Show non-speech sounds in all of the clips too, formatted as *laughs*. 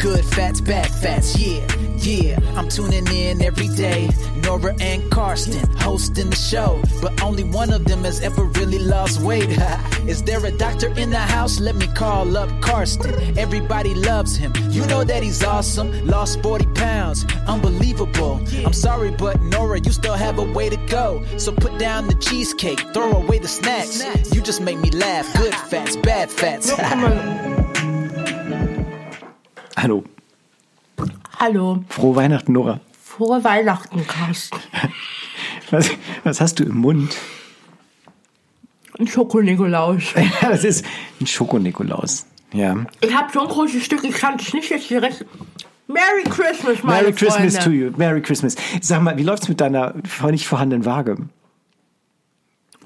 Good fats, bad fats, yeah, yeah. I'm tuning in every day. Nora and Karsten hosting the show, but only one of them has ever really lost weight. *laughs* Is there a doctor in the house? Let me call up Karsten. Everybody loves him. You know that he's awesome. Lost 40 pounds, unbelievable. I'm sorry, but Nora, you still have a way to go. So put down the cheesecake, throw away the snacks. You just make me laugh. Good fats, bad fats. Hallo. Hallo, Frohe Weihnachten, Nora. frohe Weihnachten, Carsten. Was, was hast du *laughs* im Mund? Ein Schoko-Nikolaus. Ja, das ist ein Schoko-Nikolaus. Ja. Ich habe so ein großes Stück, ich kann es nicht jetzt direkt. Merry Christmas, meine Merry Christmas Freunde. to you. Merry Christmas. Sag mal, wie läuft's mit deiner vor- nicht vorhandenen Waage?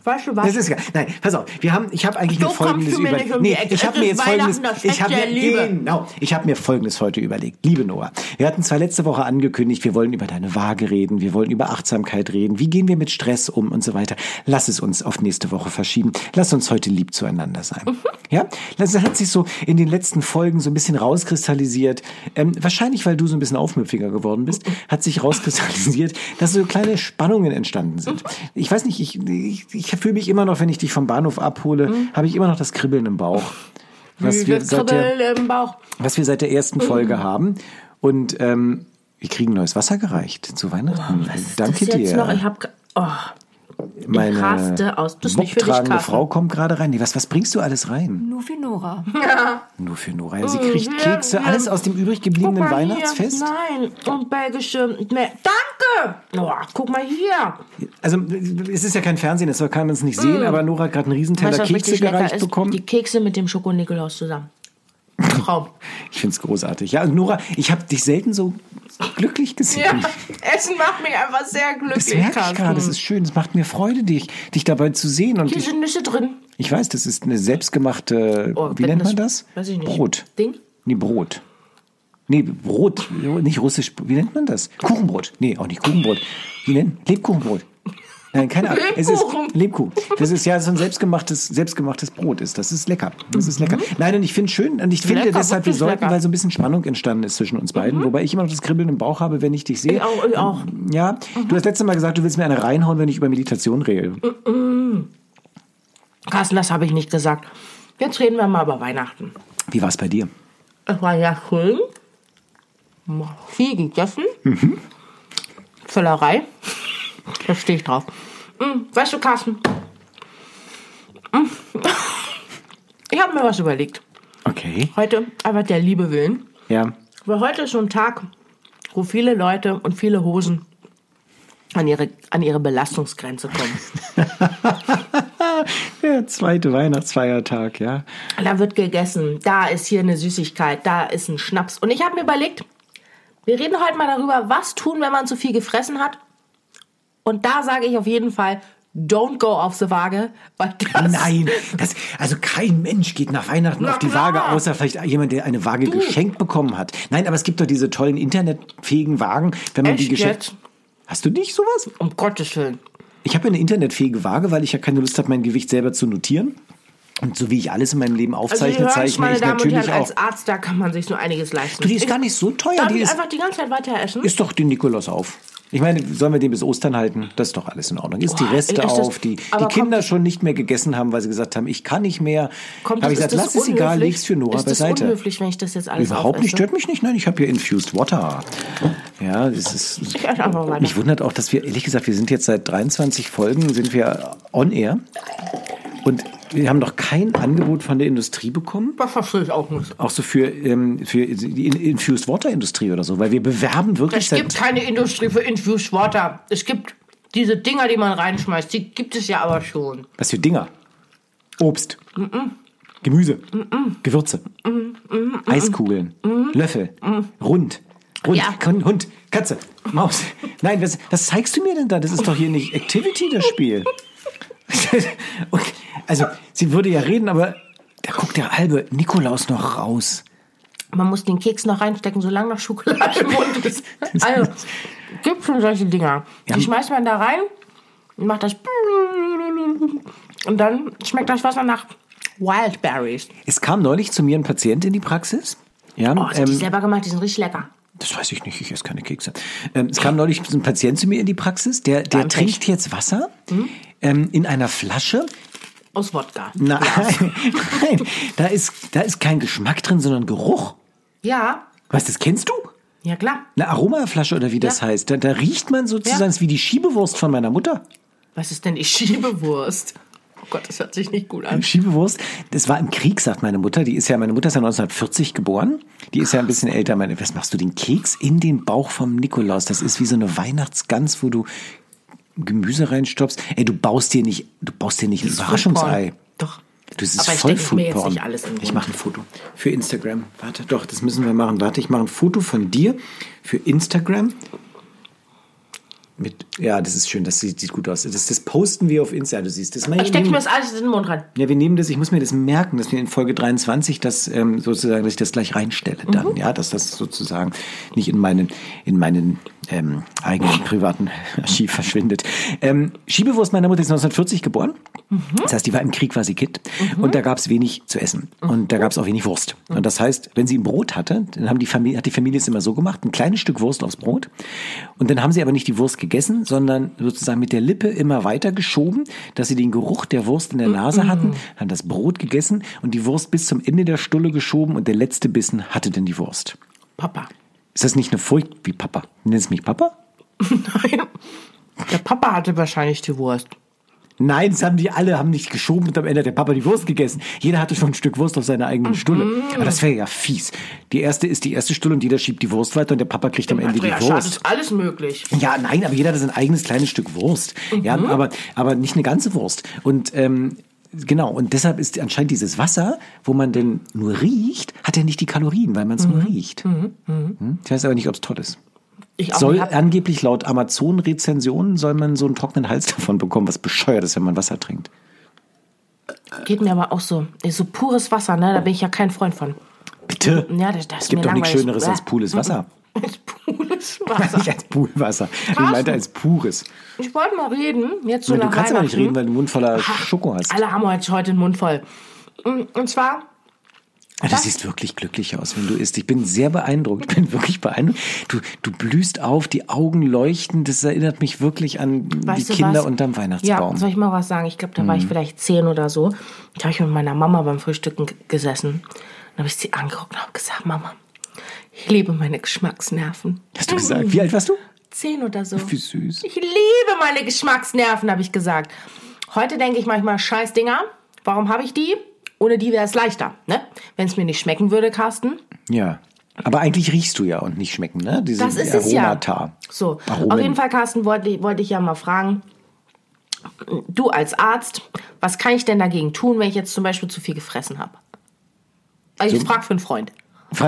Weißt du was? Das ist egal. Nein, pass auf. Wir haben, ich habe eigentlich So mir folgendes kommst du mir überlegt. nicht um die Ecke. ich habe Es mir ist jetzt folgendes Weihnachten, das ich Fest habe der mir Liebe. genau, ich habe mir folgendes heute überlegt. Liebe Noah, wir hatten zwar letzte Woche angekündigt, wir wollen über deine Waage reden, wir wollen über Achtsamkeit reden, wie gehen wir mit Stress um und so weiter. Lass es uns auf nächste Woche verschieben. Lass uns heute lieb zueinander sein. Ja? Das hat sich so in den letzten Folgen so ein bisschen rauskristallisiert. Ähm, wahrscheinlich, weil du so ein bisschen aufmüpfiger geworden bist, hat sich rauskristallisiert, dass so kleine Spannungen entstanden sind. Ich weiß nicht, ich, ich, ich fühle mich immer noch, wenn ich dich vom Bahnhof abhole, habe ich immer noch das Kribbeln im Bauch. Was wir Dieses seit der, Kribbeln im Bauch. was wir seit der ersten Folge Mhm. haben. Und ähm, wir kriegen neues Wasser gereicht zu Weihnachten. Danke das jetzt dir. noch? Ich habe. Oh, Meine raste äh, aus. Das ist nicht für dich, bocktragende Carsten. Frau kommt gerade rein. Nee, was, was bringst du alles rein? Nur für Nora. Nur für Nora. Ja, Sie kriegt Kekse, alles aus dem übrig gebliebenen Oh, guck mal hier. Weihnachtsfest. Nein, und belgische. Mer- Danke! Oh, guck mal hier. Also es ist ja kein Fernsehen, das kann man es nicht sehen, aber Nora hat gerade einen Weißt Riesenteller du, Mm. was Kekse richtig lecker gereicht ist? bekommen. Die Kekse mit dem Schoko-Nikolaus zusammen. Traum. *laughs* Ich finde es großartig. Ja, und Nora, ich habe dich selten so glücklich gesehen. Ja, Essen macht mich einfach sehr glücklich. Das merke ich Carsten. gerade, es ist schön, es macht mir Freude, dich, dich dabei zu sehen. Und Hier ich, sind Nüsse drin. Ich weiß, das ist eine selbstgemachte, Oh, wie wenn nennt das- man das? weiß ich nicht. Brot. Ding? Nee, Brot. Nee, Brot, nicht russisch, wie nennt man das? Kuchenbrot. Nee, auch nicht Kuchenbrot. Wie nennt? Lebkuchenbrot. Nein, keine Ahnung. Es ist Lebkuchen. Lebkuchen. Das ist ja so ein selbstgemachtes, selbstgemachtes Brot ist. Das ist lecker. Das ist lecker. Nein, und ich finde schön, und ich finde Mhm. Lecker, deshalb, wir wirklich sollten, lecker. Mhm. weil so ein bisschen Spannung entstanden ist zwischen uns beiden, wobei ich immer noch das Kribbeln im Bauch habe, wenn ich dich sehe. Ich auch, ich auch. Ja, du hast letzte Mal gesagt, du willst mir eine reinhauen, wenn ich über Meditation rede. Mhm. Carsten, das habe ich nicht gesagt. Jetzt reden wir mal über Weihnachten. Wie war es bei dir? Es war ja schön. Viel gegessen. Mhm. Völlerei. Da stehe ich drauf. Mm, Weißt du, Carsten? Mm. *laughs* Ich habe mir was überlegt. Okay. Heute, einfach der Liebe willen. *laughs* Ja. Weil heute ist so ein Tag, wo viele Leute und viele Hosen an ihre, an ihre Belastungsgrenze kommen. Der zweite Weihnachtsfeiertag, ja. Ah, Da wird gegessen, da ist hier eine Süßigkeit, da ist ein Schnaps. Und ich habe mir überlegt, wir reden heute mal darüber, was tun, wenn man zu viel gefressen hat. Und da sage ich auf jeden Fall, don't go auf the Waage, weil das Nein, das, also kein Mensch geht nach Weihnachten Na auf die klar. Waage, außer vielleicht jemand, der eine Waage geschenkt bekommen hat. Nein, aber es gibt doch diese tollen internetfähigen Wagen, wenn man die Echt geschenkt. jetzt? Hast du nicht sowas? um Gottes Willen. Ich habe ja eine internetfähige Waage, weil ich ja keine Lust habe, mein Gewicht selber zu notieren. Und so wie ich alles in meinem Leben Also ihr aufzeichne, hört es, zeichne meine ich Damen und natürlich Herren, auch. als Arzt, da kann man sich so einiges leisten. Du, die ist gar nicht so teuer. Darf Die ich ist, einfach die ganze Zeit weiter essen? ist doch den Nikolaus auf. Ich meine, sollen wir den bis Ostern halten? Das ist doch alles in Ordnung. Ist die Boah, Reste ist das- auf, die, aber die kommt- Kinder schon nicht mehr gegessen haben, weil sie gesagt haben, ich kann nicht mehr. Kommt Hab ich das- gesagt, ist lass das es egal, unhöflich? leg's für Nora ist das beiseite. unhöflich, wenn ich das jetzt alles Überhaupt nicht, aufesse? stört mich nicht. Nein, ich habe hier Infused Water. Ja, es ist. Ich esse einfach weiter. Mich wundert auch, dass wir, ehrlich gesagt, wir sind jetzt seit 23 Folgen, sind wir on air. Und wir haben noch kein Angebot von der Industrie bekommen. Das verstehe ich auch nicht. Auch so für, ähm, für die In- Infused Water Industrie oder so, weil wir bewerben wirklich Es seit gibt keine Industrie für Infused Water. Es gibt diese Dinger, die man reinschmeißt. Die gibt es ja aber schon. Was für Dinger? Obst. Gemüse. Gewürze. Eiskugeln. Löffel. Rund. Rund. Ja. Kon- Hund. Katze. Maus. Nein, was, was zeigst du mir denn da? Das ist doch hier nicht Activity, das Spiel. *laughs* okay. Also, sie würde ja reden, aber da guckt der halbe Nikolaus noch raus. Man muss den Keks noch reinstecken, solange noch Schokolade im Mund ist. Also, es gibt schon solche Dinger. Die schmeißt man da rein und macht das. Und dann schmeckt das Wasser nach Wildberries. Es kam neulich zu mir ein Patient in die Praxis Ja, ähm, Oh, die hab ich selber gemacht, die sind richtig lecker. Das weiß ich nicht, ich esse keine Kekse. Ähm, es kam neulich ein Patient zu mir in die Praxis, der, der Beim trinkt jetzt Wasser ähm, in einer Flasche. Aus Wodka. Nein, *laughs* nein da, ist, da ist kein Geschmack drin, sondern Geruch. Ja, Weißt du, das kennst du? ja klar. Eine Aromaflasche oder wie das Ja. heißt. Da, da riecht man sozusagen Ja. ist wie die Schiebewurst von meiner Mutter. Was ist denn die Schiebewurst? Oh Gott, das hört sich nicht gut an. Schiebewurst. Das war im Krieg, sagt meine Mutter. Die ist ja, meine Mutter ist ja 1940 geboren. Die ist ja ein bisschen älter. Meine, was machst du den Keks in den Bauch vom Nikolaus? Das ist wie so eine Weihnachtsgans, wo du Gemüse reinstopfst. Ey, du baust dir nicht, du baust dir nicht ein Überraschungsei. Porn. Doch. Das ist Aber ich voll denke mir jetzt Foodporn. nicht alles in den Ich Mund. mache ein Foto für Instagram. Warte, doch, das müssen wir machen. Warte, ich mache ein Foto von dir für Instagram. Mit, ja, das ist schön, das sieht, sieht gut aus. Das, das posten wir auf Insta, du siehst. Das Ich stecke mir das alles in den Mund rein. ja, wir nehmen das, ich muss mir das merken, dass wir in Folge 23 das ähm, sozusagen, dass ich das gleich reinstelle dann, ja, dass das sozusagen nicht in meinen, in meinen ähm, eigenen privaten *laughs* Archiv verschwindet. Ähm, Schiebewurst meiner Mutter ist 1940 geboren. Das heißt, die war im Krieg, war sie Kind. Und da gab es wenig zu essen. Und da gab es auch wenig Wurst. Und das heißt, wenn sie ein Brot hatte, dann haben die Familie, hat die Familie es immer so gemacht, ein kleines Stück Wurst aufs Brot. Und dann haben sie aber nicht die Wurst gegessen, sondern sozusagen mit der Lippe immer weiter geschoben, dass sie den Geruch der Wurst in der Nase hatten, haben das Brot gegessen und die Wurst bis zum Ende der Stulle geschoben und der letzte Bissen hatte denn die Wurst. Papa. Ist das nicht eine Furcht wie Papa? Nennst du mich Papa? Nein. Der Papa hatte wahrscheinlich die Wurst. Nein, das haben die alle, haben nicht geschoben und am Ende hat der Papa die Wurst gegessen. Jeder hatte schon ein Stück Wurst auf seiner Mhm. eigenen Stulle. Aber das wäre ja fies. Die erste ist die erste Stulle und jeder schiebt die Wurst weiter und der Papa kriegt am Ende die Andrea, schade, Wurst. ist alles möglich. Ja, nein, aber jeder hat sein eigenes kleines Stück Wurst. Ja, Mhm. aber, aber nicht eine ganze Wurst. Und ähm, genau, und deshalb ist anscheinend dieses Wasser, wo man denn nur riecht, hat ja nicht die Kalorien, weil man es Mhm. nur riecht. Hm? Ich weiß aber nicht, ob es toll ist. Ich Mhm. auch Soll nicht. angeblich laut Amazon-Rezensionen soll man so einen trockenen Hals *laughs* davon bekommen, was bescheuert ist, wenn man Wasser trinkt. Geht mir aber auch so. So pures Wasser, ne? Da bin ich ja kein Freund von. Bitte? Ja, *laughs* das, das es gibt ist mir doch nichts langweilig. Schöneres als pures Wasser. *laughs* Als pures Wasser. *laughs* Nicht als Poolwasser. Ich meinte als pures. Ich wollte mal reden. Jetzt so Du nach kannst aber nicht Weihnachten. reden, weil du den Mund voller Schoko hast. Alle haben heute heute den Mund voll. Mm, Und zwar, Ah, Du siehst wirklich glücklich aus, wenn du isst. Ich bin sehr beeindruckt. Ich bin wirklich beeindruckt. Du, du blühst auf, die Augen leuchten. Das erinnert mich wirklich an weißt du die Kinder was? unterm Weihnachtsbaum. Mhm. Ja, soll ich mal was sagen? Ich glaube, da war ich vielleicht zehn oder so. Da habe ich mit meiner Mama beim Frühstücken g- gesessen. Dann habe ich sie angeguckt und habe gesagt, Mama, ich liebe meine Geschmacksnerven. hast du gesagt? Wie alt warst du? Zehn oder so. Wie süß. Ich liebe meine Geschmacksnerven, habe ich gesagt. Heute denke ich manchmal, scheiß Dinger, warum habe ich die? Ohne die wäre es leichter, ne? Wenn es mir nicht schmecken würde, Carsten. Ja. Aber eigentlich riechst du ja und nicht schmecken, ne? Diese Das ist es ja. Aromata. So, Aromen. auf jeden Fall, Carsten, wollte, wollte ich ja mal fragen, du als Arzt, was kann ich denn dagegen tun, wenn ich jetzt zum Beispiel zu viel gefressen habe? Also ich frage für einen Freund. *laughs*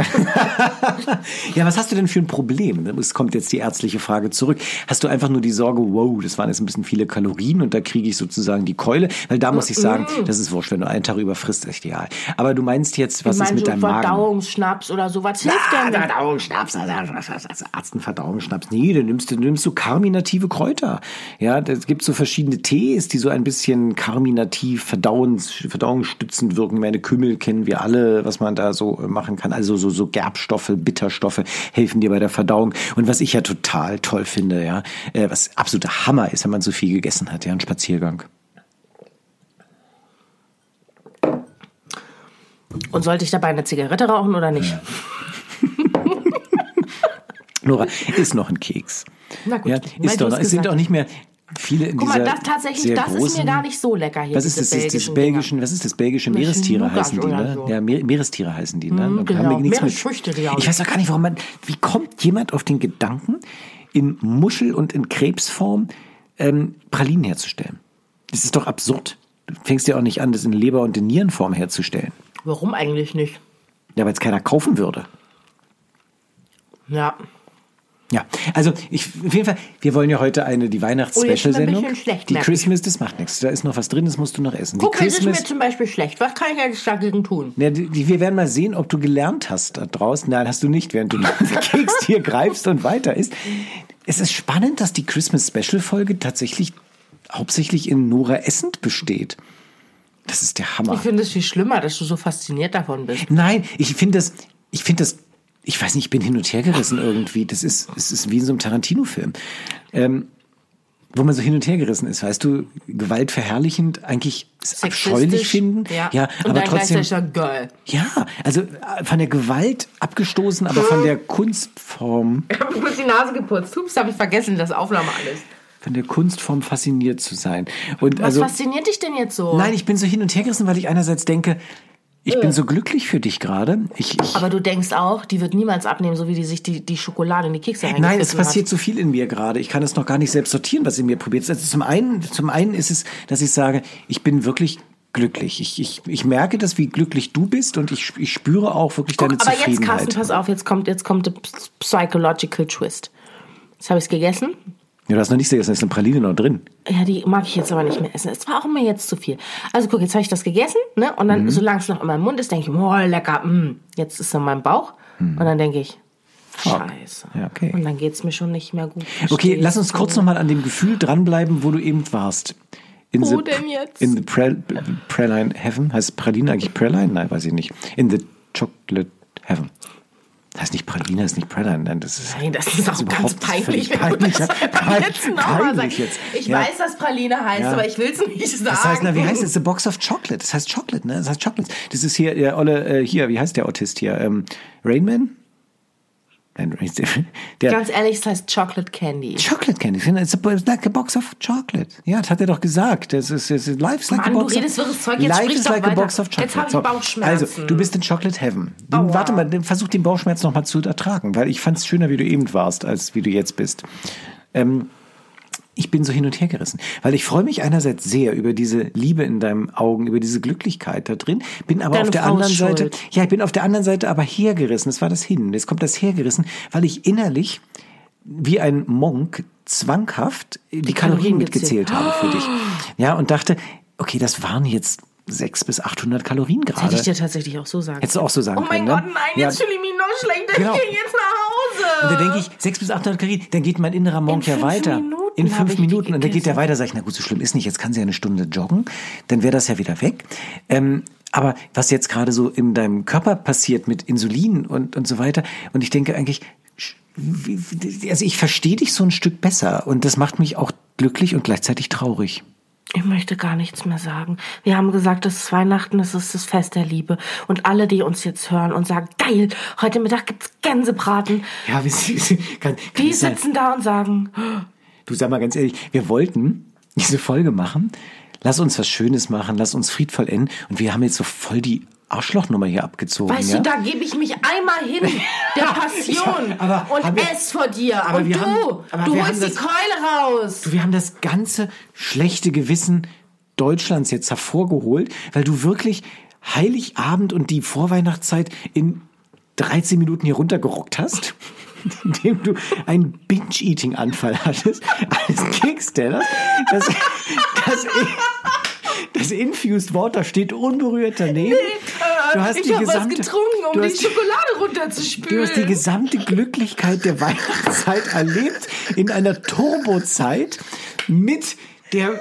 ja, was hast du denn für ein Problem? Ne, Es kommt jetzt die ärztliche Frage zurück. Hast du einfach nur die Sorge, wow, das waren jetzt ein bisschen viele Kalorien und da kriege ich sozusagen die Keule? Weil da muss ich sagen, das ist wurscht, wenn du einen Tag überfrisst, echt ideal. Aber du meinst jetzt, was ich ist meine, mit so deinem Magen? Verdauungsschnaps oder so, was hilft Ah, denn? da? Verdauungsschnaps, also, also, also Arzt ein Verdauungsschnaps. Nee, dann nimmst du, nimmst du karminative Kräuter. Ja, es gibt so verschiedene Tees, die so ein bisschen karminativ, verdauens, verdauungsstützend wirken. Ich Meine Kümmel kennen wir alle, was man da so machen kann. Also so, so Gerbstoffe, Bitterstoffe helfen dir bei der Verdauung. Und was ich ja total toll finde, ja, äh, was absoluter Hammer ist, wenn man so viel gegessen hat, ja, ein Spaziergang. Und sollte ich dabei eine Zigarette rauchen oder nicht? Nora, ist noch ein Keks. Na gut, ja, weil ist du doch es noch, es sind gesagt auch nicht mehr viele in Guck dieser mal, das, tatsächlich, sehr das ist mir großen- gar nicht so lecker hier. Was ist das? diese Das ist belgischen das belgischen, was ist das belgische Meerestiere Nougat heißen die, oder ne? so. Ja, Meer, Meerestiere heißen die, ne? Und genau. nichts mit- Meeresfrüchte, glaub ich. Ich weiß doch gar nicht, warum man, wie kommt jemand auf den Gedanken, in Muschel und in Krebsform ähm, Pralinen herzustellen? Das ist doch absurd. Du fängst ja auch nicht an, das in Leber- und in Nierenform herzustellen. Dinger. Warum eigentlich nicht? Ja, weil es keiner kaufen würde. Ja. Ja, also ich, auf jeden Fall, wir wollen ja heute eine die Oh, jetzt sind wir ein Weihnachts-Special-Sendung. bisschen schlecht, die merke ich. Christmas, das macht nichts. Da ist noch was drin, das musst du noch essen. Guck, die es ist Christmas, mir zum Beispiel schlecht. Was kann ich jetzt dagegen tun? Ja, die, die- wir werden mal sehen, ob du gelernt hast da draußen. Nein, hast du nicht, während *laughs* du den Keks hier greifst und weiter isst. Es ist spannend, dass die Christmas Special Folge tatsächlich hauptsächlich in Nora essend besteht. Das ist der Hammer. Ich finde es viel schlimmer, dass du so fasziniert davon bist. Nein, ich finde das. ich finde das, ich weiß nicht, ich bin hin und her gerissen irgendwie. Das ist, es ist wie in so einem Tarantino-Film. Ähm, wo man so hin und her gerissen ist, weißt du, Gewalt verherrlichend, eigentlich es Sexistisch, abscheulich finden. Ja, ja und aber dann trotzdem. gleichzeitig sagen, geil. Ja, also äh, von der Gewalt abgestoßen, aber von der Kunstform, Ich habe kurz die Nase geputzt. Hups, habe ich vergessen, das Aufnahme alles. von der Kunstform fasziniert zu sein. Und Was also, fasziniert dich denn jetzt so? nein, ich bin so hin und her gerissen, weil ich einerseits denke, ich bin so glücklich für dich gerade. Ich, ich, Äh. Aber du denkst auch, die wird niemals abnehmen, so wie die sich die, die Schokolade in die Kekse Nein, es reingefressen passiert zu viel in mir gerade. Ich kann es noch gar nicht selbst sortieren, was in mir probiert. Also zum einen, zum einen ist es, dass ich sage, ich bin wirklich glücklich. Ich, ich, ich merke das, wie glücklich du bist und ich, ich spüre auch wirklich Guck, deine aber jetzt, Zufriedenheit. Carsten, pass auf, jetzt kommt, jetzt kommt der Ps- Psychological Twist. Jetzt habe ich es gegessen. ja, du hast noch nichts gegessen, da ist eine Praline noch drin. Ja, die mag ich jetzt aber nicht mehr essen. Es war auch immer jetzt zu viel. Also guck, jetzt habe ich das gegessen, ne? Und Mhm. dann, solange es noch in meinem Mund ist, denke ich, oh, lecker, mm. jetzt ist es in meinem Bauch. Und dann denke ich, scheiße. Mhm. Ja, okay. Und dann geht es mir schon nicht mehr gut. Okay, Verstehst lass uns du? kurz nochmal an dem Gefühl dranbleiben, wo du eben warst. In Wo the, denn jetzt? In the Pre- Praline Heaven. Heißt Praline eigentlich Praline? Nein, weiß ich nicht. In the Chocolate Heaven. Heißt nicht Praline, ist nicht Praline. Nein, das ist. Nein, das ist auch überhaupt ganz völlig peinlich. wenn du peinlich. das Pein- jetzt nochmal peinlich sagst. jetzt. Ich Ja. weiß, dass Praline heißt, Ja. aber ich will es *laughs* nicht sagen. Das heißt, na, wie heißt es? The Box of Chocolate. Das heißt Chocolate, ne? Das heißt Chocolate. Das ist hier der olle, äh, hier, wie heißt der Autist hier? Ähm, Rainman? Nein, Rain- *laughs* der Ganz ehrlich, es heißt Chocolate Candy. Chocolate Candy. It's, a, it's like a box of chocolate. Ja, das hat er doch gesagt. Das ist, das ist life's like Mann, du a box of redest wirres Zeug, jetzt Life sprich is doch like a weiter. box of chocolate. Jetzt hab ich So, Bauchschmerzen. Also, du bist in Chocolate Heaven. Nun, Aua. warte mal, dann versuch den Bauchschmerz nochmal zu ertragen, weil ich fand es schöner, wie du eben warst, als wie du jetzt bist. Ähm, ich bin so hin und her gerissen, weil ich freue mich einerseits sehr über diese Liebe in deinen Augen, über diese Glücklichkeit da drin, bin aber Deine auf der Frau ist anderen Seite, schuld. ja, ich bin auf der anderen Seite aber hergerissen. Das war das Hin. Jetzt kommt das hergerissen, weil ich innerlich wie ein Monk zwanghaft die, Kalorien Kalorien mitgezählt gezählt. Ah. habe für dich. Ja, und dachte, okay, das waren jetzt 600 bis 800 Kalorien Hätte ich gerade. dir tatsächlich auch so sagen Hättest du auch so sagen Oh mein können, ne? Gott, nein, jetzt Ja. fühle ich mich noch schlechter. Genau. Ich gehe jetzt nach Und Hause. da denke ich, 600 bis 800 Kalorien, dann geht mein innerer Monk ja fünf weiter. Minuten in habe fünf ich die Minuten. Und dann geht der gegessen. weiter, sag ich, na gut, so schlimm ist nicht, jetzt kann sie ja eine Stunde joggen, dann wäre das ja wieder weg. Ähm, aber was jetzt gerade so in deinem Körper passiert mit Insulin und, und so weiter, und ich denke eigentlich, sch- wie- wie- also ich verstehe dich so ein Stück besser und das macht mich auch glücklich und gleichzeitig traurig. Ich möchte gar nichts mehr sagen. Wir haben gesagt, es ist Weihnachten, es ist das Fest der Liebe. Und alle, die uns jetzt hören und sagen, geil, heute Mittag gibt's Gänsebraten, Ja, wie, kann, kann die es sein? sitzen da und sagen, Du sag mal ganz ehrlich, wir wollten diese Folge machen. Lass uns was Schönes machen, lass uns friedvoll enden. Und wir haben jetzt so voll die Arschlochnummer hier abgezogen. weißt ja? du, da gebe ich mich einmal *laughs* hin, der Passion ja, aber haben und wir- ess vor dir. aber und wir du, haben- aber du wir holst haben die das- Keule raus. Du, wir haben das ganze schlechte Gewissen Deutschlands jetzt hervorgeholt, weil du wirklich Heiligabend und die Vorweihnachtszeit in 13 Minuten hier runtergerockt hast, *laughs* indem du einen Binge-Eating-Anfall hattest als Kicksteller. Das, das, das Infused Water steht unberührt daneben. Du hast äh, ich die habe was gesamte- getrunken, um du die hast- Schokolade runterzuspülen. Du hast die gesamte Glücklichkeit der Weihnachtszeit erlebt in einer Turbozeit mit der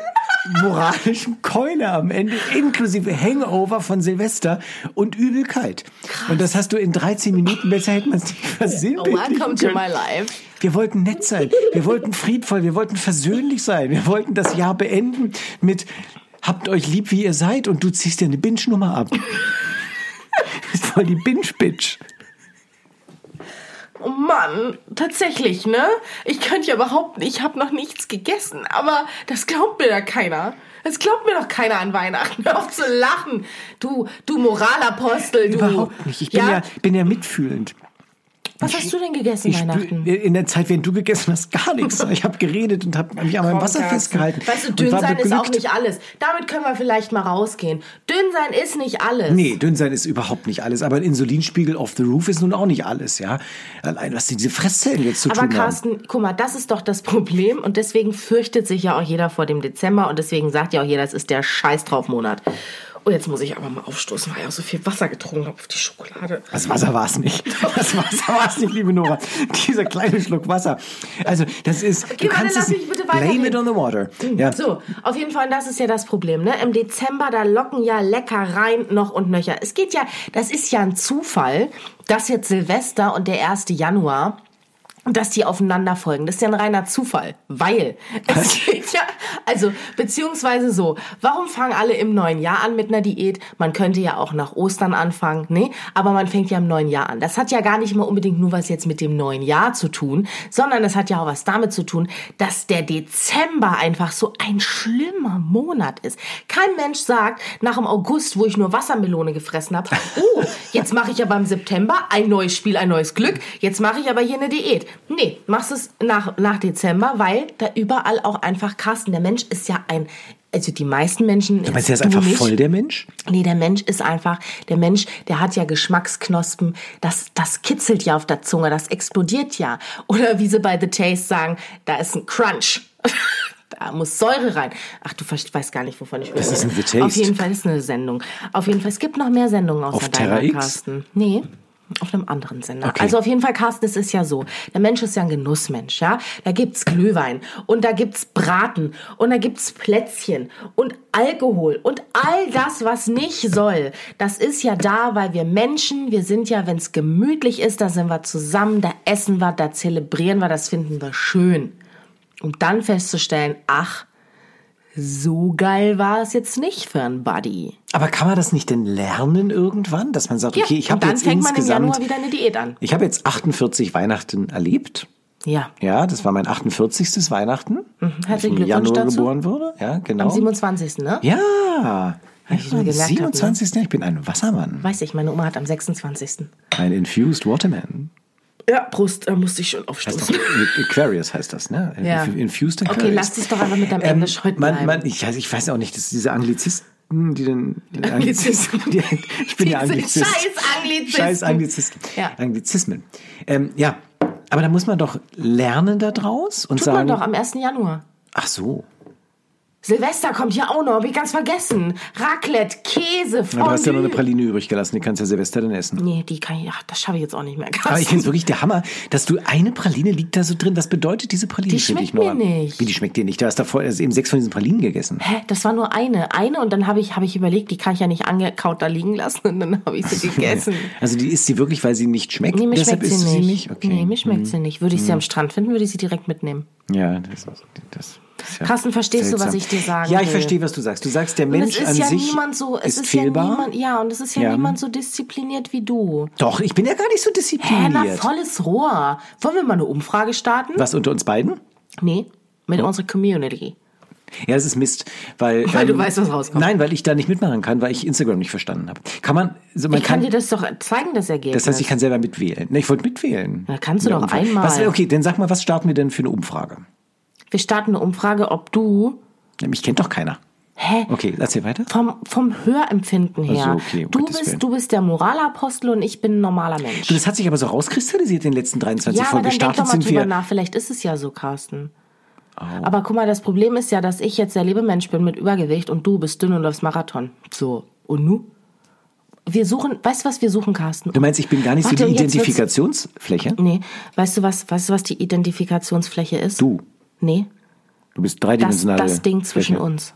moralischen Keule am Ende, inklusive Hangover von Silvester und Übelkeit. Und das hast du in 13 Minuten, besser hätte man es nicht versinnbildlichen Welcome to können. my life. Wir wollten nett sein, wir wollten friedvoll, wir wollten versöhnlich sein, wir wollten das Jahr beenden mit Habt euch lieb, wie ihr seid und du ziehst dir eine Binge-Nummer ab. *laughs* Das ist voll die Binge-Bitch. Oh Mann, tatsächlich, ne? Ich könnte ja überhaupt nicht, ich habe noch nichts gegessen, aber das glaubt mir ja keiner. Das glaubt mir doch keiner an Weihnachten. *laughs* Hör auf zu lachen. Du, du Moralapostel, du. Überhaupt nicht. Ich bin ja, bin ja mitfühlend. Was hast du denn gegessen Ich Weihnachten? spür- in der Zeit, während du gegessen hast, *laughs* gar nichts. Ich habe geredet und habe mich an meinem Wasser festgehalten. Weißt du, und dünn war sein ist auch beglückt. nicht alles. Damit können wir vielleicht mal rausgehen. Dünn sein ist nicht alles. Nee, dünn sein ist überhaupt nicht alles. Aber ein Insulinspiegel off the roof ist nun auch nicht alles, ja. Allein, was diese Fresszellen jetzt zu Aber tun haben. Carsten, guck mal, das ist doch das Problem und deswegen fürchtet sich ja auch jeder vor dem Dezember und deswegen sagt ja auch jeder, es ist der Scheiß drauf Monat. Oh, jetzt muss ich aber mal aufstoßen, weil ich auch so viel Wasser getrunken habe auf die Schokolade. Das Wasser war es nicht. Das Wasser war es nicht, *laughs* liebe Nora. Dieser kleine Schluck Wasser. Also, das ist. Okay, du warte, kannst lass es, mich bitte blame it weiterreden. Hm. on the water. Ja. So, auf jeden Fall, das ist ja das Problem. Ne? Im Dezember, da locken ja Leckereien noch und nöcher. Es geht ja, das ist ja ein Zufall, dass jetzt Silvester und der 1. Januar, dass die aufeinander folgen. Das ist ja ein reiner Zufall, weil *laughs* es geht ja, also beziehungsweise so, warum fangen alle im neuen Jahr an mit einer Diät? Man könnte ja auch nach Ostern anfangen, ne? Aber man fängt ja im neuen Jahr an. Das hat ja gar nicht mal unbedingt nur was jetzt mit dem neuen Jahr zu tun, sondern das hat ja auch was damit zu tun, dass der Dezember einfach so ein schlimmer Monat ist. Kein Mensch sagt nach dem August, wo ich nur Wassermelone gefressen habe, oh, jetzt mache ich aber im September ein neues Spiel, ein neues Glück, jetzt mache ich aber hier eine Diät. Nee, machst es nach, nach Dezember, weil da überall auch einfach Carsten, der Mensch ist ja ein, also die meisten Menschen. Meinst du, der ist einfach voll der Mensch? Nee, der Mensch ist einfach, der Mensch, der hat ja Geschmacksknospen, das, das kitzelt ja auf der Zunge, das explodiert ja. Oder wie sie bei The Taste sagen, da ist ein Crunch. *laughs* Da muss Säure rein. Ach, du verst- weißt gar nicht, wovon ich spreche. ist ein The Taste. Auf jeden Fall ist eine Sendung. Auf jeden Fall, es gibt noch mehr Sendungen außer Auf Terra deiner, X? Carsten. Nee, auf einem anderen Sender. Hm? Okay. Also auf jeden Fall, Carsten, es ist ja so. Der Mensch ist ja ein Genussmensch, ja. Da gibt's Glühwein und da gibt's Braten und da gibt's Plätzchen und Alkohol und all das, was nicht soll. Das ist ja da, weil wir Menschen, wir sind ja, wenn's gemütlich ist, da sind wir zusammen, da essen wir, da zelebrieren wir, das finden wir schön. Um dann festzustellen, ach, so geil war es jetzt nicht für einen Buddy. Aber kann man das nicht denn lernen irgendwann, dass man sagt, okay, ich und habe dann jetzt fängt man im insgesamt, Januar wieder eine Diät an. ich habe jetzt 48 Weihnachten erlebt. Ja. Ja, das war mein 48. Weihnachten. weil ich Mhm. Herzlichen im Glückwunsch Januar dazu. geboren wurde. Ja, genau. Am 27. ne? ja. ich mir gemerkt hab, ne? 27. Ich bin ein Wassermann. Weiß ich, meine Oma hat am 26. Ein Infused Waterman. Ja, Prost, da musste ich schon Heißt doch, Aquarius heißt das, ne? *laughs* Ja. Infused Okay, Aquarius. lass es doch einfach mit deinem Ähm, Englisch heute man, man, bleiben. ich, weiß, ich weiß auch nicht, dass diese Anglizisten, die den, den *laughs* Anglizisten. Anglizisten, *laughs* die, ich bin ja Diese Anglizist. scheiß Anglizisten. Scheiß Anglizisten. Ja. Anglizismen. Ähm, ja, aber da muss man doch lernen da draus und Tut sagen, man doch am 1. Januar. ach so. Silvester kommt ja auch noch, hab ich ganz vergessen. Raclette, Käse, Fondue. Aber du hast ja noch eine Praline übrig gelassen, die kannst ja Silvester dann essen. Nee, die kann ich, ach, das schaffe ich jetzt auch nicht mehr. Aber ich finde es wirklich der Hammer, dass du eine Praline liegt da so drin. Was bedeutet diese Praline Die für dich, schmeckt mir Nora? nicht. Wie, die schmeckt dir nicht? Du hast da vorher eben sechs von diesen Pralinen gegessen. Hä, das war nur eine. Eine und dann habe ich, hab ich überlegt, die kann ich ja nicht angekaut da liegen lassen und dann habe ich sie gegessen. Also die isst sie wirklich, weil sie nicht schmeckt. Nee, mir Deshalb schmeckt isst sie du nicht. sie nicht. Okay. Mhm. Nee, mir schmeckt sie nicht. Würde ich sie am Strand finden, würde ich sie direkt mitnehmen. Ja, das, das, das ist ja Carsten, verstehst du, was ich dir sagen Ja, ich will? verstehe, was du sagst. Du sagst, der Und Mensch es ist an ja sich niemand so, es ist, ist fehlbar. ja niemand, ja, und es ist ja, Ja. niemand so diszipliniert wie du. Doch, ich bin ja gar nicht Hä, so na, diszipliniert. volles Rohr. Wollen wir mal eine Umfrage starten? was unter uns beiden? Nee, mit unserer Community. Ja, es ist Mist, weil Weil du weißt, was rauskommt. Nein, weil ich da nicht mitmachen kann, weil ich Instagram nicht verstanden habe. Kann man? Also man Ich kann dir das doch zeigen, das Ergebnis. Das heißt, ich kann selber mitwählen. Ne, ich wollte mitwählen. Na, kannst du Eine doch Umfrage. einmal. Was, okay, dann sag mal, was starten wir denn für eine Umfrage? wir starten eine Umfrage, ob du Ja, Mich kennt doch keiner. Hä? Okay, erzähl weiter. vom, vom Hörempfinden her, Ach so, okay, um du, Gottes Willen. bist, du bist der Moralapostel und ich bin ein normaler Mensch. Das hat sich aber so rauskristallisiert in den letzten 23 ja, aber dann Folgen. denk Gestartet doch mal sind drüber wir. nach. Vielleicht ist es ja so, Carsten. Aber guck mal, das Problem ist ja, dass ich jetzt der liebe Mensch bin mit Übergewicht und du bist dünn und läufst Marathon. So, und nu? Wir suchen, weißt du, was wir suchen, Carsten? Du meinst, ich bin gar nicht Warte, so die jetzt wird's- Mhm. Identifikationsfläche? Nee, weißt du was, weißt du, was die Identifikationsfläche ist? Du. Nee, Du bist das, dreidimensionale. das Ding zwischen Fläche. uns.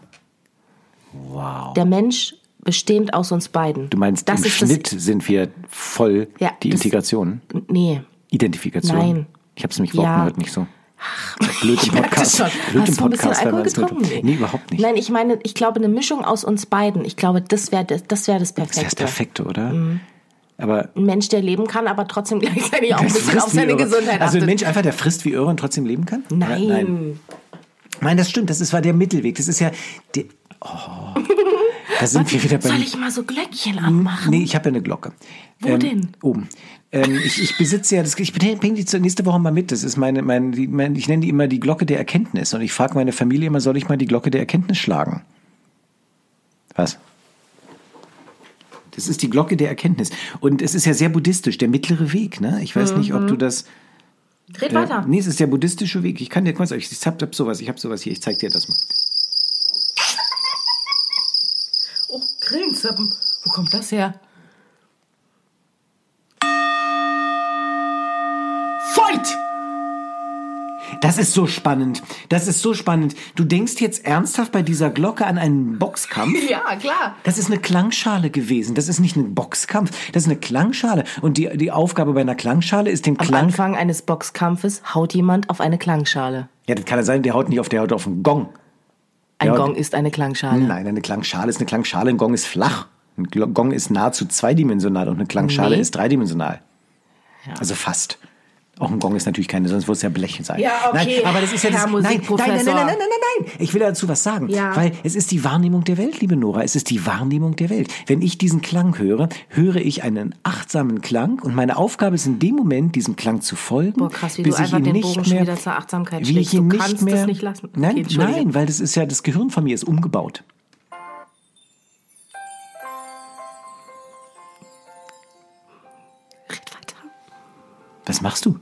Wow. Der Mensch bestehend aus uns beiden. Du meinst, das im ist Schnitt sind wir voll Ja, die das- Integration. Das, nee. Identifikation. Nein. Ich hab's nämlich überhaupt Ja. heute nicht so. Blöd *laughs* im Ich merke Podcast. das schon. Blöd im Hast du ein bisschen Podcast, wenn Alkohol man's blöd- getrunken? Nee, überhaupt nicht. Nein, ich meine, ich glaube, eine Mischung aus uns beiden. Ich glaube, das wäre das, das, wär das Das Perfekte. wäre das Perfekte, oder? *laughs* Aber Mhm. Ein Mensch, der leben kann, aber trotzdem gleichzeitig auch ein Das bisschen frisst auf seine wie Irre. Gesundheit Also ein achtet. Mensch einfach, der frisst wie Irre und trotzdem leben kann? Nein. Ja, Nein, das stimmt. Das ist, war der Mittelweg. Das ist ja. Der, oh. Da sind wir wieder bei. Soll ich mal so Glöckchen anmachen? Nee, ich habe ja eine Glocke. Wo denn? Oben. Ähm, ich, ich besitze ja, das, ich bringe die zur- nächste Woche mal mit. Das ist meine, meine, die, mein, ich nenne die immer die Glocke der Erkenntnis. Und ich frage meine Familie immer, soll ich mal die Glocke der Erkenntnis schlagen? Was? Das ist die Glocke der Erkenntnis. Und es ist ja sehr buddhistisch, der mittlere Weg. Ne? Ich weiß nicht, Mhm. ob du das. Red Ja, weiter. Nee, es ist der buddhistische Weg. Ich kann dir, guck mal, ich hab, hab sowas, ich hab sowas hier, ich zeig dir das mal. Oh, Grillen Zappen. Wo kommt das her? Feucht! Das ist so spannend. Das ist so spannend. Du denkst jetzt ernsthaft bei dieser Glocke an einen Boxkampf? Ja, klar. Das ist eine Klangschale gewesen. Das ist nicht ein Boxkampf. Das ist eine Klangschale. Und die, die Aufgabe bei einer Klangschale ist den Am Klang. Anfang eines Boxkampfes haut jemand auf eine Klangschale. Ja, das kann ja sein, der haut nicht auf, der haut auf einen Gong. Ein Ja, Hm. und- Gong ist eine Klangschale. Nein, eine Klangschale ist eine Klangschale. Ein Gong ist flach. Ein Glo- Gong ist nahezu zweidimensional und eine Klangschale Nee. ist dreidimensional. Also fast. Auch ein Gong ist natürlich keine, sonst würde es ja Blech sein. Ja, okay, Nein, aber das ist ja das, Herr nein, nein, nein, nein, nein, Musikprofessor. nein, nein, nein, nein. Ich will dazu was sagen, Ja. weil es ist die Wahrnehmung der Welt, liebe Nora. Es ist die Wahrnehmung der Welt. Wenn ich diesen Klang höre, höre ich einen achtsamen Klang und meine Aufgabe ist in dem Moment, diesem Klang zu folgen, Boah, krass, wie bis du ich einfach ihn den nicht Bogen mehr, schon wieder zur Achtsamkeit wie ich schlägst. ihn Du nicht kannst mehr, das nicht lassen. Okay, Nein, Entschuldige. nein, weil das ist ja das Gehirn von mir ist umgebaut. Red weiter. Was machst du?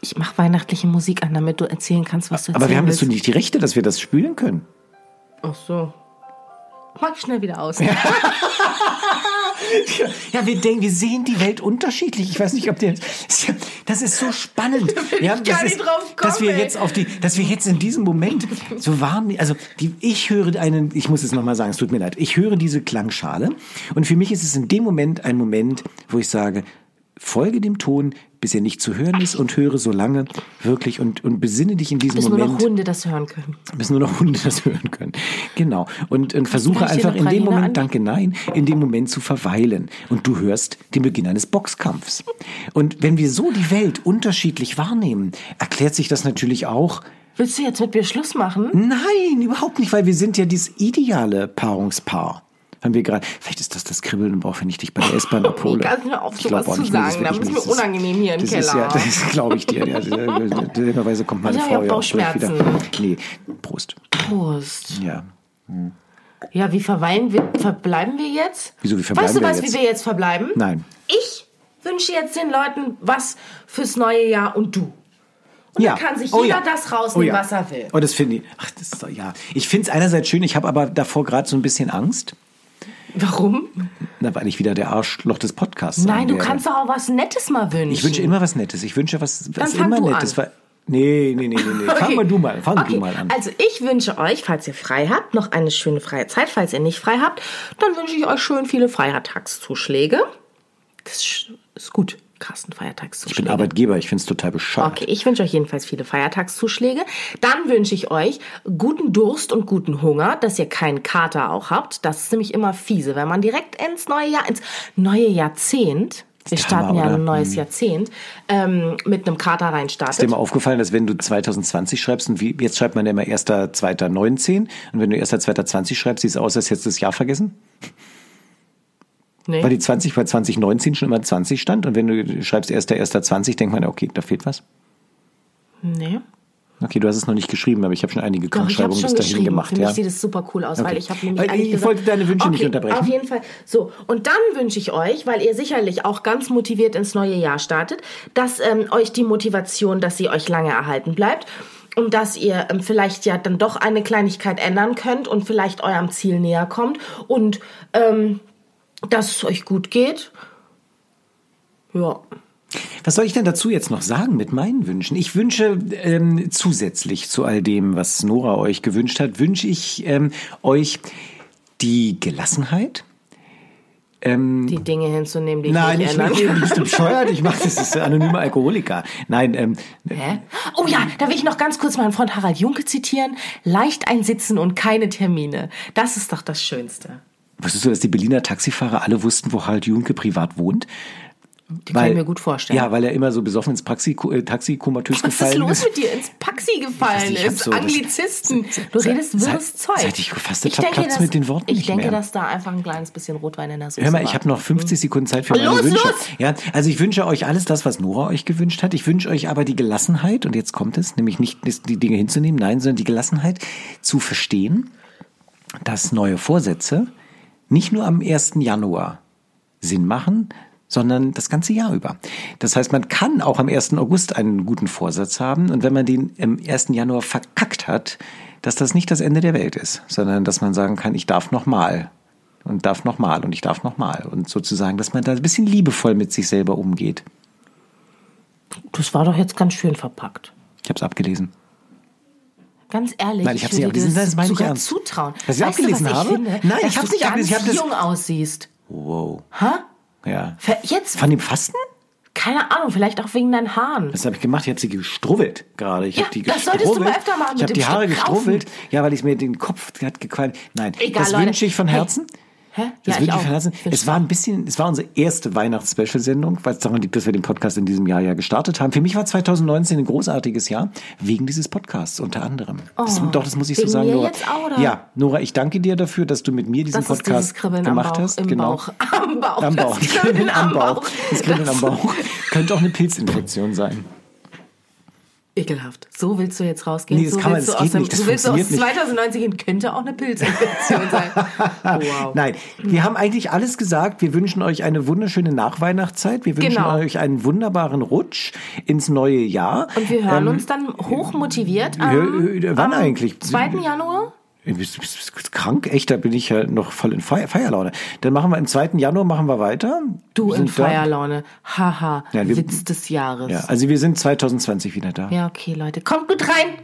Ich mache weihnachtliche Musik an, damit du erzählen kannst, was du Aber wir erzählen haben dazu willst. nicht die Rechte, dass wir das spielen können. Ach so. Mach ich schnell wieder aus. Ja, wir denken, wir sehen die Welt unterschiedlich. Ich weiß nicht, ob dir das ist so spannend. ja, ich das gar ist, nicht drauf dass wir kommen, ey. jetzt auf die, dass wir jetzt in diesem Moment so warm, also die, ich höre einen, ich muss es nochmal sagen, es tut mir leid. Ich höre diese Klangschale und für mich ist es in dem Moment ein Moment, wo ich sage, folge dem Ton, bis er nicht zu hören ist und höre so lange wirklich und, und besinne dich in diesem Bis nur Moment. noch Hunde das hören können. bis nur noch Hunde *laughs* das hören können. Genau. Und, und versuche kann ich dir einfach eine in dem Praline Moment, an- danke, nein, in dem Moment zu verweilen. Und du hörst den Beginn eines Boxkampfs. Und wenn wir so die Welt unterschiedlich wahrnehmen, erklärt sich das natürlich auch. Willst du jetzt mit mir Schluss Hm? machen? Nein, überhaupt nicht, weil wir sind ja dieses ideale Paarungspaar. Haben wir gerade, vielleicht ist das das Kribbeln im Bauch, wenn ich dich bei der *laughs* S-Bahn abhole. kannst mir genau, auf Ich glaub sowas zu auch nicht, nee, das sagen, will da ich wird's nicht. mir Das ist- unangenehm hier im das Ist Keller. Also ja, *laughs* das glaube ich *laughs* dir. Ja, Dummerweise kommt meine Ich hab Frau ja ja auch gleich wieder. Bauchschmerzen. Nee, Prost. Prost. Ja. Ja, wie verweilen wir, verbleiben wir jetzt? Wieso, wie verbleiben weißt du wir was, wie jetzt? wir jetzt verbleiben? Nein. Ich wünsche jetzt den Leuten was fürs neue Jahr und du. Und dann kann sich Oh jeder das rausnehmen, was er will. Und Oh, das finde ich, ach, das ist doch, ja. Ich finde es einerseits schön, ich habe aber davor gerade so ein bisschen Angst, Warum? na, weil ich wieder der Arschloch des Podcasts Nein, sein du werde. kannst doch auch was Nettes mal wünschen. Ich wünsche immer was Nettes. Ich wünsche was, was fang immer du Nettes. an. weil- Nee, nee, nee, nee, nee. Fang *laughs* Okay. mal du mal, fang Okay, du mal an. Also ich wünsche euch, falls ihr frei habt, noch eine schöne freie Zeit. Falls ihr nicht frei habt, dann wünsche ich euch schön viele Feiertagszuschläge. Das ist sch- ist gut, Carsten, ich bin Feiertagszuschläge. Arbeitgeber, ich finde es total bescheuert. Okay, ich wünsche euch jedenfalls viele Feiertagszuschläge. Dann wünsche ich euch guten Durst und guten Hunger, dass ihr keinen Kater auch habt. Das ist nämlich immer fiese, wenn man direkt ins neue Jahr, ins neue Jahrzehnt, wir der Hammer, starten ja oder? Mhm. ein neues Jahrzehnt, ähm, mit einem Kater Ist dir reinstartet. mal aufgefallen, dass wenn du 2020 schreibst, und wie, jetzt schreibt man ja immer 1.2.19 und wenn du 1.2.20 schreibst, sieht es aus, als hättest du das Jahr vergessen? Nee. Weil die 20 bei 2019 schon immer 20 stand und wenn du schreibst 1.1.20, denkt man, okay, da fehlt was. nee. Okay, du hast es noch nicht geschrieben, aber ich habe schon einige Doch, ich habe Krankschreibungen bis schon dahin geschrieben. gemacht. Für mich Ja. sieht es super cool aus, weil ich habe nämlich Weil eigentlich ich gesagt, wollte deine Wünsche nicht unterbrechen. Auf jeden Fall. So, und dann wünsche ich euch, weil ihr sicherlich auch ganz motiviert ins neue Jahr startet, dass ähm, euch die Motivation, dass sie euch lange erhalten bleibt und dass ihr ähm, vielleicht ja dann doch eine Kleinigkeit ändern könnt und vielleicht eurem Ziel näher kommt und ähm, dass es euch gut geht. Ja. Was soll ich denn dazu jetzt noch sagen mit meinen Wünschen? Ich wünsche ähm, zusätzlich zu all dem, was Nora euch gewünscht hat, wünsche ich ähm, euch die Gelassenheit. Ähm, Die Dinge hinzunehmen, die ich Nein, nicht ich ändern bin *laughs* eben nicht bescheuert. Ich mache das, das ist der anonyme Alkoholiker. Nein, ähm, Hä? Oh ja, da will ich noch ganz kurz meinen Freund Harald Junke zitieren. Leicht einsitzen und keine Termine. Das ist doch das Schönste. wusstest du, dass die Berliner Taxifahrer alle wussten, wo Harald Junke privat wohnt? Die kann ich mir gut vorstellen. Ja, weil er immer so besoffen ins Praxi, äh, Taxi komatös Was ist gefallen los mit dir? Ins Paxi gefallen nicht, ich hab ist. so das- Anglizisten. seit- du redest seit- wirres Zeug. seit ich gefastet Ich hab, denke, klappt's dass- mit den Worten Ich nicht denke, mehr. dass da einfach ein kleines bisschen Rotwein in der Soße Hör mal, war. ich habe noch 50 Sekunden Zeit für meine Mhm. Los, Wünsche. los! Ja, also ich wünsche euch alles das, was Nora euch gewünscht hat. Ich wünsche euch aber die Gelassenheit, und jetzt kommt es, nämlich nicht die Dinge hinzunehmen, nein, sondern die Gelassenheit zu verstehen, dass neue Vorsätze nicht nur am 1. Januar Sinn machen, sondern das ganze Jahr über. Das heißt, man kann auch am 1. August einen guten Vorsatz haben und wenn man den im 1. Januar verkackt hat, dass das nicht das Ende der Welt ist, sondern dass man sagen kann, ich darf noch mal. und darf nochmal und ich darf nochmal. Und sozusagen, dass man da ein bisschen liebevoll mit sich selber umgeht. Das war doch jetzt ganz schön verpackt. Ich habe es abgelesen. Ganz ehrlich, Nein, ich hab's würde nicht abgelesen. dir Nein, das meine ich sogar ernst. zutrauen. Dass ich Weißt du, abgelesen was ich habe? Finde, Nein, ich Dass hab's du nicht abgelesen. Ich hab Ganz das- jung aussiehst. Wow. Ha? Ja. Ver- Jetzt, Von dem Fasten? keine Ahnung, vielleicht auch wegen deinen Haaren. Das habe ich gemacht. Ich habe sie gestrubbelt gerade. Ich Ja, habe die das solltest du gestrubbelt. mal öfter machen Ich mit habe dem die Haare Stück Raufen. gestrubbelt. Ja, weil ich mir den Kopf hat gequalmt. Nein, Egal, das Leute. wünsche ich von Hey. Herzen. Hä? Das Ja, ich wünsche ich auch. von Herzen. Ich wünsch's Es war ein bisschen, es war unsere erste Weihnachts-Special-Sendung, weil es daran liegt, dass wir den Podcast in diesem Jahr ja gestartet haben. Für mich war 2019 ein großartiges Jahr, wegen dieses Podcasts unter anderem. das, Oh, doch, das muss ich wegen so sagen, mir Nora. jetzt auch, oder? Ja, Nora, ich danke dir dafür, dass du mit mir diesen Das ist Podcast dieses Kribbeln am gemacht Bauch, hast. im genau. Bauch. Am Bauch. Am das *laughs* Bauch. Kribbeln *laughs* am Bauch. Das Kribbeln am Bauch. Könnte auch eine Pilzinfektion sein. Ekelhaft. So willst du jetzt rausgehen. Nee, das so kann man- willst das du geht aus dem- nicht, das so willst du aus funktioniert 2019 gehen. Könnte auch eine *laughs* Pilzinfektion sein. Oh, Wow. Nein, wir haben eigentlich alles gesagt. Wir wünschen euch eine wunderschöne Nachweihnachtszeit. Wir wünschen Genau. euch einen wunderbaren Rutsch ins neue Jahr. Ähm, Und wir hören uns dann hochmotiviert am, hö- hö- äh, wann am eigentlich? 2. Januar? Du bist, bist, bist krank? Echt, da bin ich ja noch voll in Feier, Feierlaune. Dann machen wir am 2. Januar machen wir weiter. Du Wir in sind da. Feierlaune. Haha, Ja, wir- Witz des Jahres. Ja, also wir sind 2020 wieder da. ja, okay, Leute. Kommt gut rein.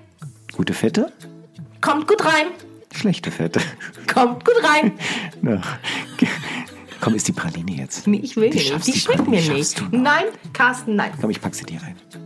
Gute Fette, Kommt gut rein. schlechte Fette. *laughs* Kommt gut rein. Ja. Komm, ist die Praline jetzt? Nee, ich will die Die nicht. schaffst Die du, schmeckt die mir schaffst nicht. du. Nein, Carsten, nein. Komm, ich pack sie dir rein.